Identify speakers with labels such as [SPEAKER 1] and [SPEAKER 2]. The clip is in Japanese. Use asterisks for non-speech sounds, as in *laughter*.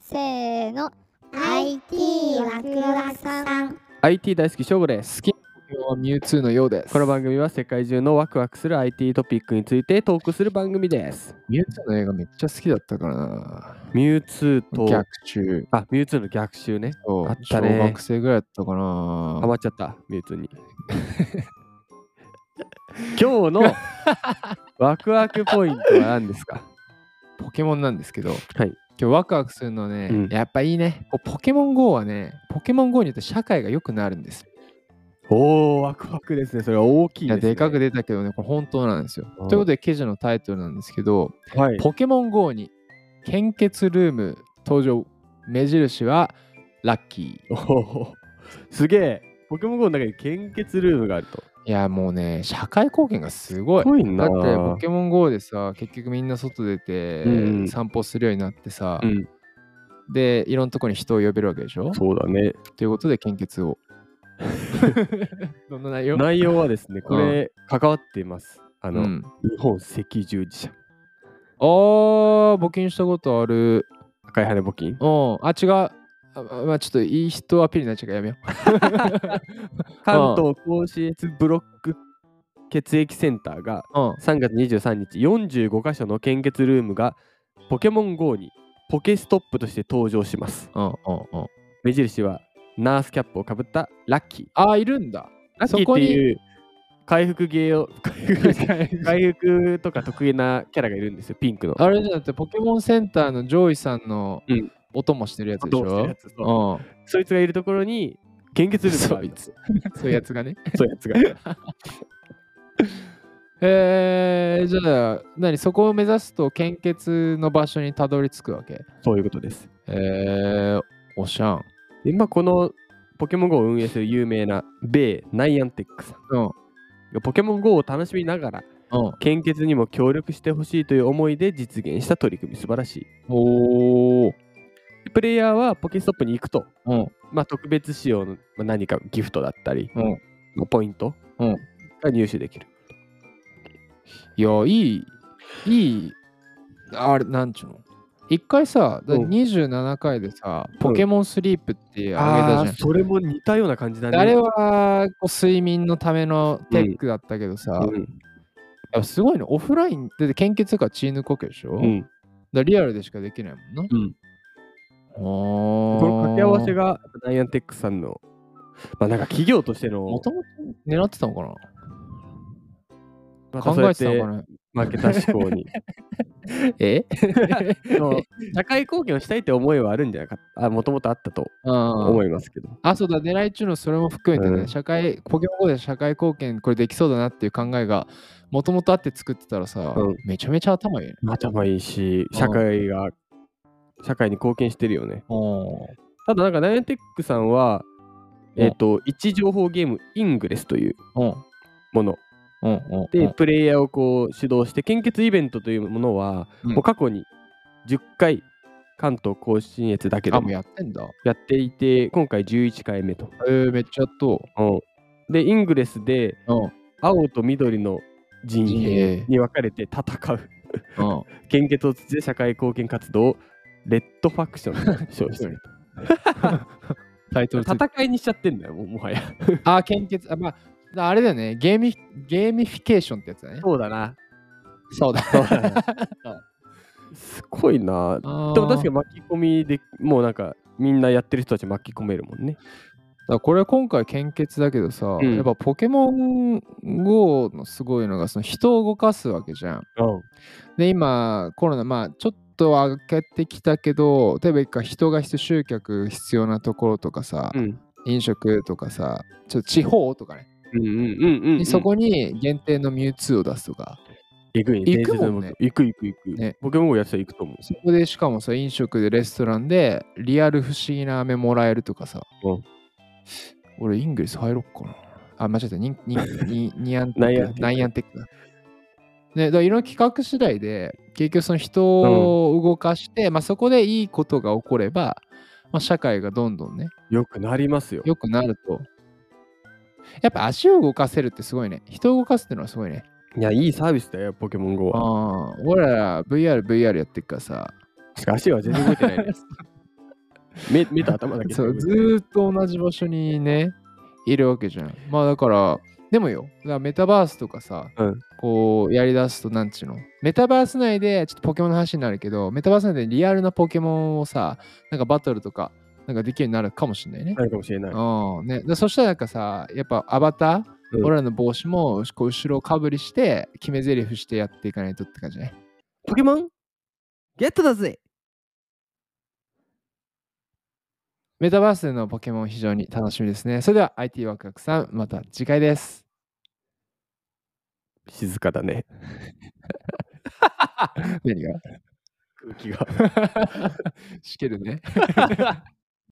[SPEAKER 1] せーの
[SPEAKER 2] IT ワクワクさん
[SPEAKER 3] IT 大好き翔吾です好き
[SPEAKER 4] 今日はミュウツーのようです。
[SPEAKER 3] この番組は世界中のワクワクする IT トピックについてトークする番組です
[SPEAKER 4] ミュウツーの映画めっちゃ好きだったからな。
[SPEAKER 3] ミュウツーと
[SPEAKER 4] 逆中。
[SPEAKER 3] あミュウツーの逆襲ね
[SPEAKER 4] そう
[SPEAKER 3] あったね
[SPEAKER 4] 小学生ぐらいだったかな。
[SPEAKER 3] ハマっちゃったミュウツー *laughs* に今日のワクワクポイントは何ですか
[SPEAKER 4] ポケモンなんですけど、
[SPEAKER 3] はい
[SPEAKER 4] 今日ワクワクするのはね、
[SPEAKER 3] うん
[SPEAKER 4] やっぱいいね。こうポケモン GO はね、ポケモン GO によって社会が良くなるんですよ。
[SPEAKER 3] おーワクワクですねそれは大きい
[SPEAKER 4] い
[SPEAKER 3] です、
[SPEAKER 4] や
[SPEAKER 3] ね、
[SPEAKER 4] でかく出たけどね、これ本当なんですよ。
[SPEAKER 3] うん
[SPEAKER 4] ということで、記事のタイトルなんですけど、
[SPEAKER 3] はい
[SPEAKER 4] ポケモン GO に献血ルーム登場、目印はラッキー。
[SPEAKER 3] おーすげえポケモン GO の中に献血ルームがあると
[SPEAKER 4] いやもうね、社会貢献がすごい。
[SPEAKER 3] ごい
[SPEAKER 4] だってポケモン GO でさ結局みんな外出
[SPEAKER 3] うんうん
[SPEAKER 4] て散歩するようになってさ、
[SPEAKER 3] うん
[SPEAKER 4] でいろんなとこに人を呼べるわけでしょ
[SPEAKER 3] そうだね
[SPEAKER 4] ということで献
[SPEAKER 3] *laughs*
[SPEAKER 4] 血をどんな内容
[SPEAKER 3] 内容はですねこれ関わっていますあ
[SPEAKER 4] う
[SPEAKER 3] の、
[SPEAKER 4] ん、
[SPEAKER 3] 日本赤十字社
[SPEAKER 4] あー募金したことある
[SPEAKER 3] 赤い羽根募金
[SPEAKER 4] うんあ違うあまあちょっといい人アピールになっちゃうからやめよう
[SPEAKER 3] 関東甲信越ブロック血液センターが
[SPEAKER 4] うん
[SPEAKER 3] 3月23日45箇所の献血ルームがポケモン GO にポケストップとして登場します
[SPEAKER 4] うんうんうん
[SPEAKER 3] 目印はナースキャップをかぶったラッキー
[SPEAKER 4] あーいるんだ
[SPEAKER 3] ラッキーっていう回復芸を回 *laughs* 復回復とか得意なキャラがいるんですよピンクの
[SPEAKER 4] あれじゃなくてポケモンセンターの上位さんの
[SPEAKER 3] うん
[SPEAKER 4] 音もしてるやつでし
[SPEAKER 3] どうしてる
[SPEAKER 4] ょ
[SPEAKER 3] や、つ
[SPEAKER 4] う
[SPEAKER 3] そうんそいつがいるところに献血ルームがあ
[SPEAKER 4] そ
[SPEAKER 3] る
[SPEAKER 4] い
[SPEAKER 3] の
[SPEAKER 4] つそういうやつがね
[SPEAKER 3] そういうやつが
[SPEAKER 4] へえじゃあ何そこを目指すと献血の場所にたどり着くわけ
[SPEAKER 3] *laughs* そういうことです
[SPEAKER 4] へえおしゃん
[SPEAKER 3] で今このポケモン GO を運営する有名な米ナイアンテックさん
[SPEAKER 4] うん
[SPEAKER 3] がポケモン GO を楽しみながら
[SPEAKER 4] うん
[SPEAKER 3] 献血にも協力してほしいという思いで実現した取り組み素晴らし
[SPEAKER 4] おお
[SPEAKER 3] いプレイヤーはポケストップに行くと、
[SPEAKER 4] うん
[SPEAKER 3] まあ、特別仕様のまあ何かギフトだったり、
[SPEAKER 4] うん
[SPEAKER 3] まあポイント
[SPEAKER 4] うん
[SPEAKER 3] が入手できる
[SPEAKER 4] いやいいいいあれなんちゅうの一回さ、だ
[SPEAKER 3] うん
[SPEAKER 4] 27回でさ、
[SPEAKER 3] ん
[SPEAKER 4] ポケモンスリープってあげたじ
[SPEAKER 3] それも似たような感じだ
[SPEAKER 4] ゃん。
[SPEAKER 3] ね
[SPEAKER 4] であれはこう睡眠のためのテックだったけどさ、
[SPEAKER 3] う
[SPEAKER 4] やっ
[SPEAKER 3] ん
[SPEAKER 4] ぱすごいね、オフラインで献血とから血抜くわけでしょ、
[SPEAKER 3] うん
[SPEAKER 4] だからリアルでしかできないもんな。
[SPEAKER 3] うん
[SPEAKER 4] おー
[SPEAKER 3] この掛け合わせがナイアンテックさんの、まあ、なんか企業としての
[SPEAKER 4] もともと狙ってたのかな、
[SPEAKER 3] またそう
[SPEAKER 4] 考
[SPEAKER 3] や
[SPEAKER 4] え
[SPEAKER 3] って
[SPEAKER 4] たのかな
[SPEAKER 3] 負けた思考に *laughs*
[SPEAKER 4] え
[SPEAKER 3] の社会貢献をしたいって思いはあるんじゃなかったもともとあったと
[SPEAKER 4] うん
[SPEAKER 3] 思いますけど、
[SPEAKER 4] あ、そうだ、狙い中のそれも含めてね、
[SPEAKER 3] うん
[SPEAKER 4] 社会、ポケモン GO で社会貢献、これできそうだなっていう考えが、もともとあって作ってたらさ、
[SPEAKER 3] うん
[SPEAKER 4] めちゃめちゃ頭いいね。
[SPEAKER 3] 頭いいし
[SPEAKER 4] うん
[SPEAKER 3] 社会が社会に貢献してるよね
[SPEAKER 4] う
[SPEAKER 3] ただなんかナイアンテックさんは
[SPEAKER 4] うん。
[SPEAKER 3] えっ、と位置情報ゲームイングレスというんもの
[SPEAKER 4] うん。うん。
[SPEAKER 3] で、プレイヤーをこう主導して献血イベントというものは、
[SPEAKER 4] うん
[SPEAKER 3] もう過去に10回関東甲信越だけで
[SPEAKER 4] あ、
[SPEAKER 3] も
[SPEAKER 4] もう
[SPEAKER 3] や
[SPEAKER 4] やってんだ。
[SPEAKER 3] っていて今回11回目と、
[SPEAKER 4] えー、めっちゃやっと
[SPEAKER 3] うんでイングレスで
[SPEAKER 4] う。うん。
[SPEAKER 3] 青と緑の陣営に分かれて戦う
[SPEAKER 4] うん。
[SPEAKER 3] 献血を通じて社会貢献活動をレッドファクショ *laughs* ンと称している
[SPEAKER 4] タイトルついて
[SPEAKER 3] 戦いにしちゃってんだよもうもはや
[SPEAKER 4] あ、献血、あ、まあ、だあれだよねゲーミ、ゲーミフィケーションってやつだね。
[SPEAKER 3] そうだな
[SPEAKER 4] そうだ。
[SPEAKER 3] すごいなで
[SPEAKER 4] で
[SPEAKER 3] も確かに巻き込みでもうなんかみんなやってる人たち巻き込めるもんね
[SPEAKER 4] だからこれ今回献血だけどさ、
[SPEAKER 3] うん
[SPEAKER 4] やっぱポケモン GO のすごいのがその人を動かすわけじゃん。で今コロナまあちょっとは明けてきたけど例えば一回人が必要集客必要なところとかさ、
[SPEAKER 3] うん
[SPEAKER 4] 飲食とかさちょっと地方とかね、
[SPEAKER 3] うんうんうんうん、うん、
[SPEAKER 4] そこに限定のミュウツーを出すとか
[SPEAKER 3] 行くね
[SPEAKER 4] 行くもんね
[SPEAKER 3] 伝説の行く行く行く、
[SPEAKER 4] ね
[SPEAKER 3] ポケモン GO やってたら行くと思
[SPEAKER 4] そこでしかもさ飲食でレストランでリアル不思議な飴もらえるとかさ、
[SPEAKER 3] うん
[SPEAKER 4] 俺イングリス入ろっかなあ間違えたニニ
[SPEAKER 3] *laughs*
[SPEAKER 4] ニニアンテ
[SPEAKER 3] ナイア
[SPEAKER 4] ッ
[SPEAKER 3] ンテッ
[SPEAKER 4] ク
[SPEAKER 3] ク
[SPEAKER 4] ナイアンテックだね、だからいろいろ企画次第で結局その人を動かして、まあ、そこでいいことが起これば、まあ、社会がどんどんね
[SPEAKER 3] うよくなりますよ
[SPEAKER 4] 良くなるとやっぱ足を動かせるってすごいね人を動かすってのはすごいね
[SPEAKER 3] いやいいサービスだよポケモン GO
[SPEAKER 4] あ
[SPEAKER 3] は
[SPEAKER 4] あ俺ら VRVR やってっからさ
[SPEAKER 3] しかし足は全然動いてないね目目と頭だけ。
[SPEAKER 4] そうずーっと同じ場所にねいるわけじゃんまあだからでもよだからメタバースとかさ、
[SPEAKER 3] うん
[SPEAKER 4] こうやりだすとなんちゅうのメタバース内でちょっとポケモンの話になるけどメタバース内でリアルなポケモンをさなんかバトルとかなんかできるようになるかもしれないね、
[SPEAKER 3] なるかもしれない。
[SPEAKER 4] うんね、でそしたらなんかさやっぱアバター、
[SPEAKER 3] うん
[SPEAKER 4] 俺らの帽子もこう後ろかぶりして決め台詞してやっていかないとって感じね
[SPEAKER 3] ポケモンゲットだぜ
[SPEAKER 4] メタバースでのポケモン非常に楽しみですね。それでは IT ワクワクさん、また次回です。
[SPEAKER 3] 静かだね。
[SPEAKER 4] 何が
[SPEAKER 3] 空気が。
[SPEAKER 4] *laughs* しけるね。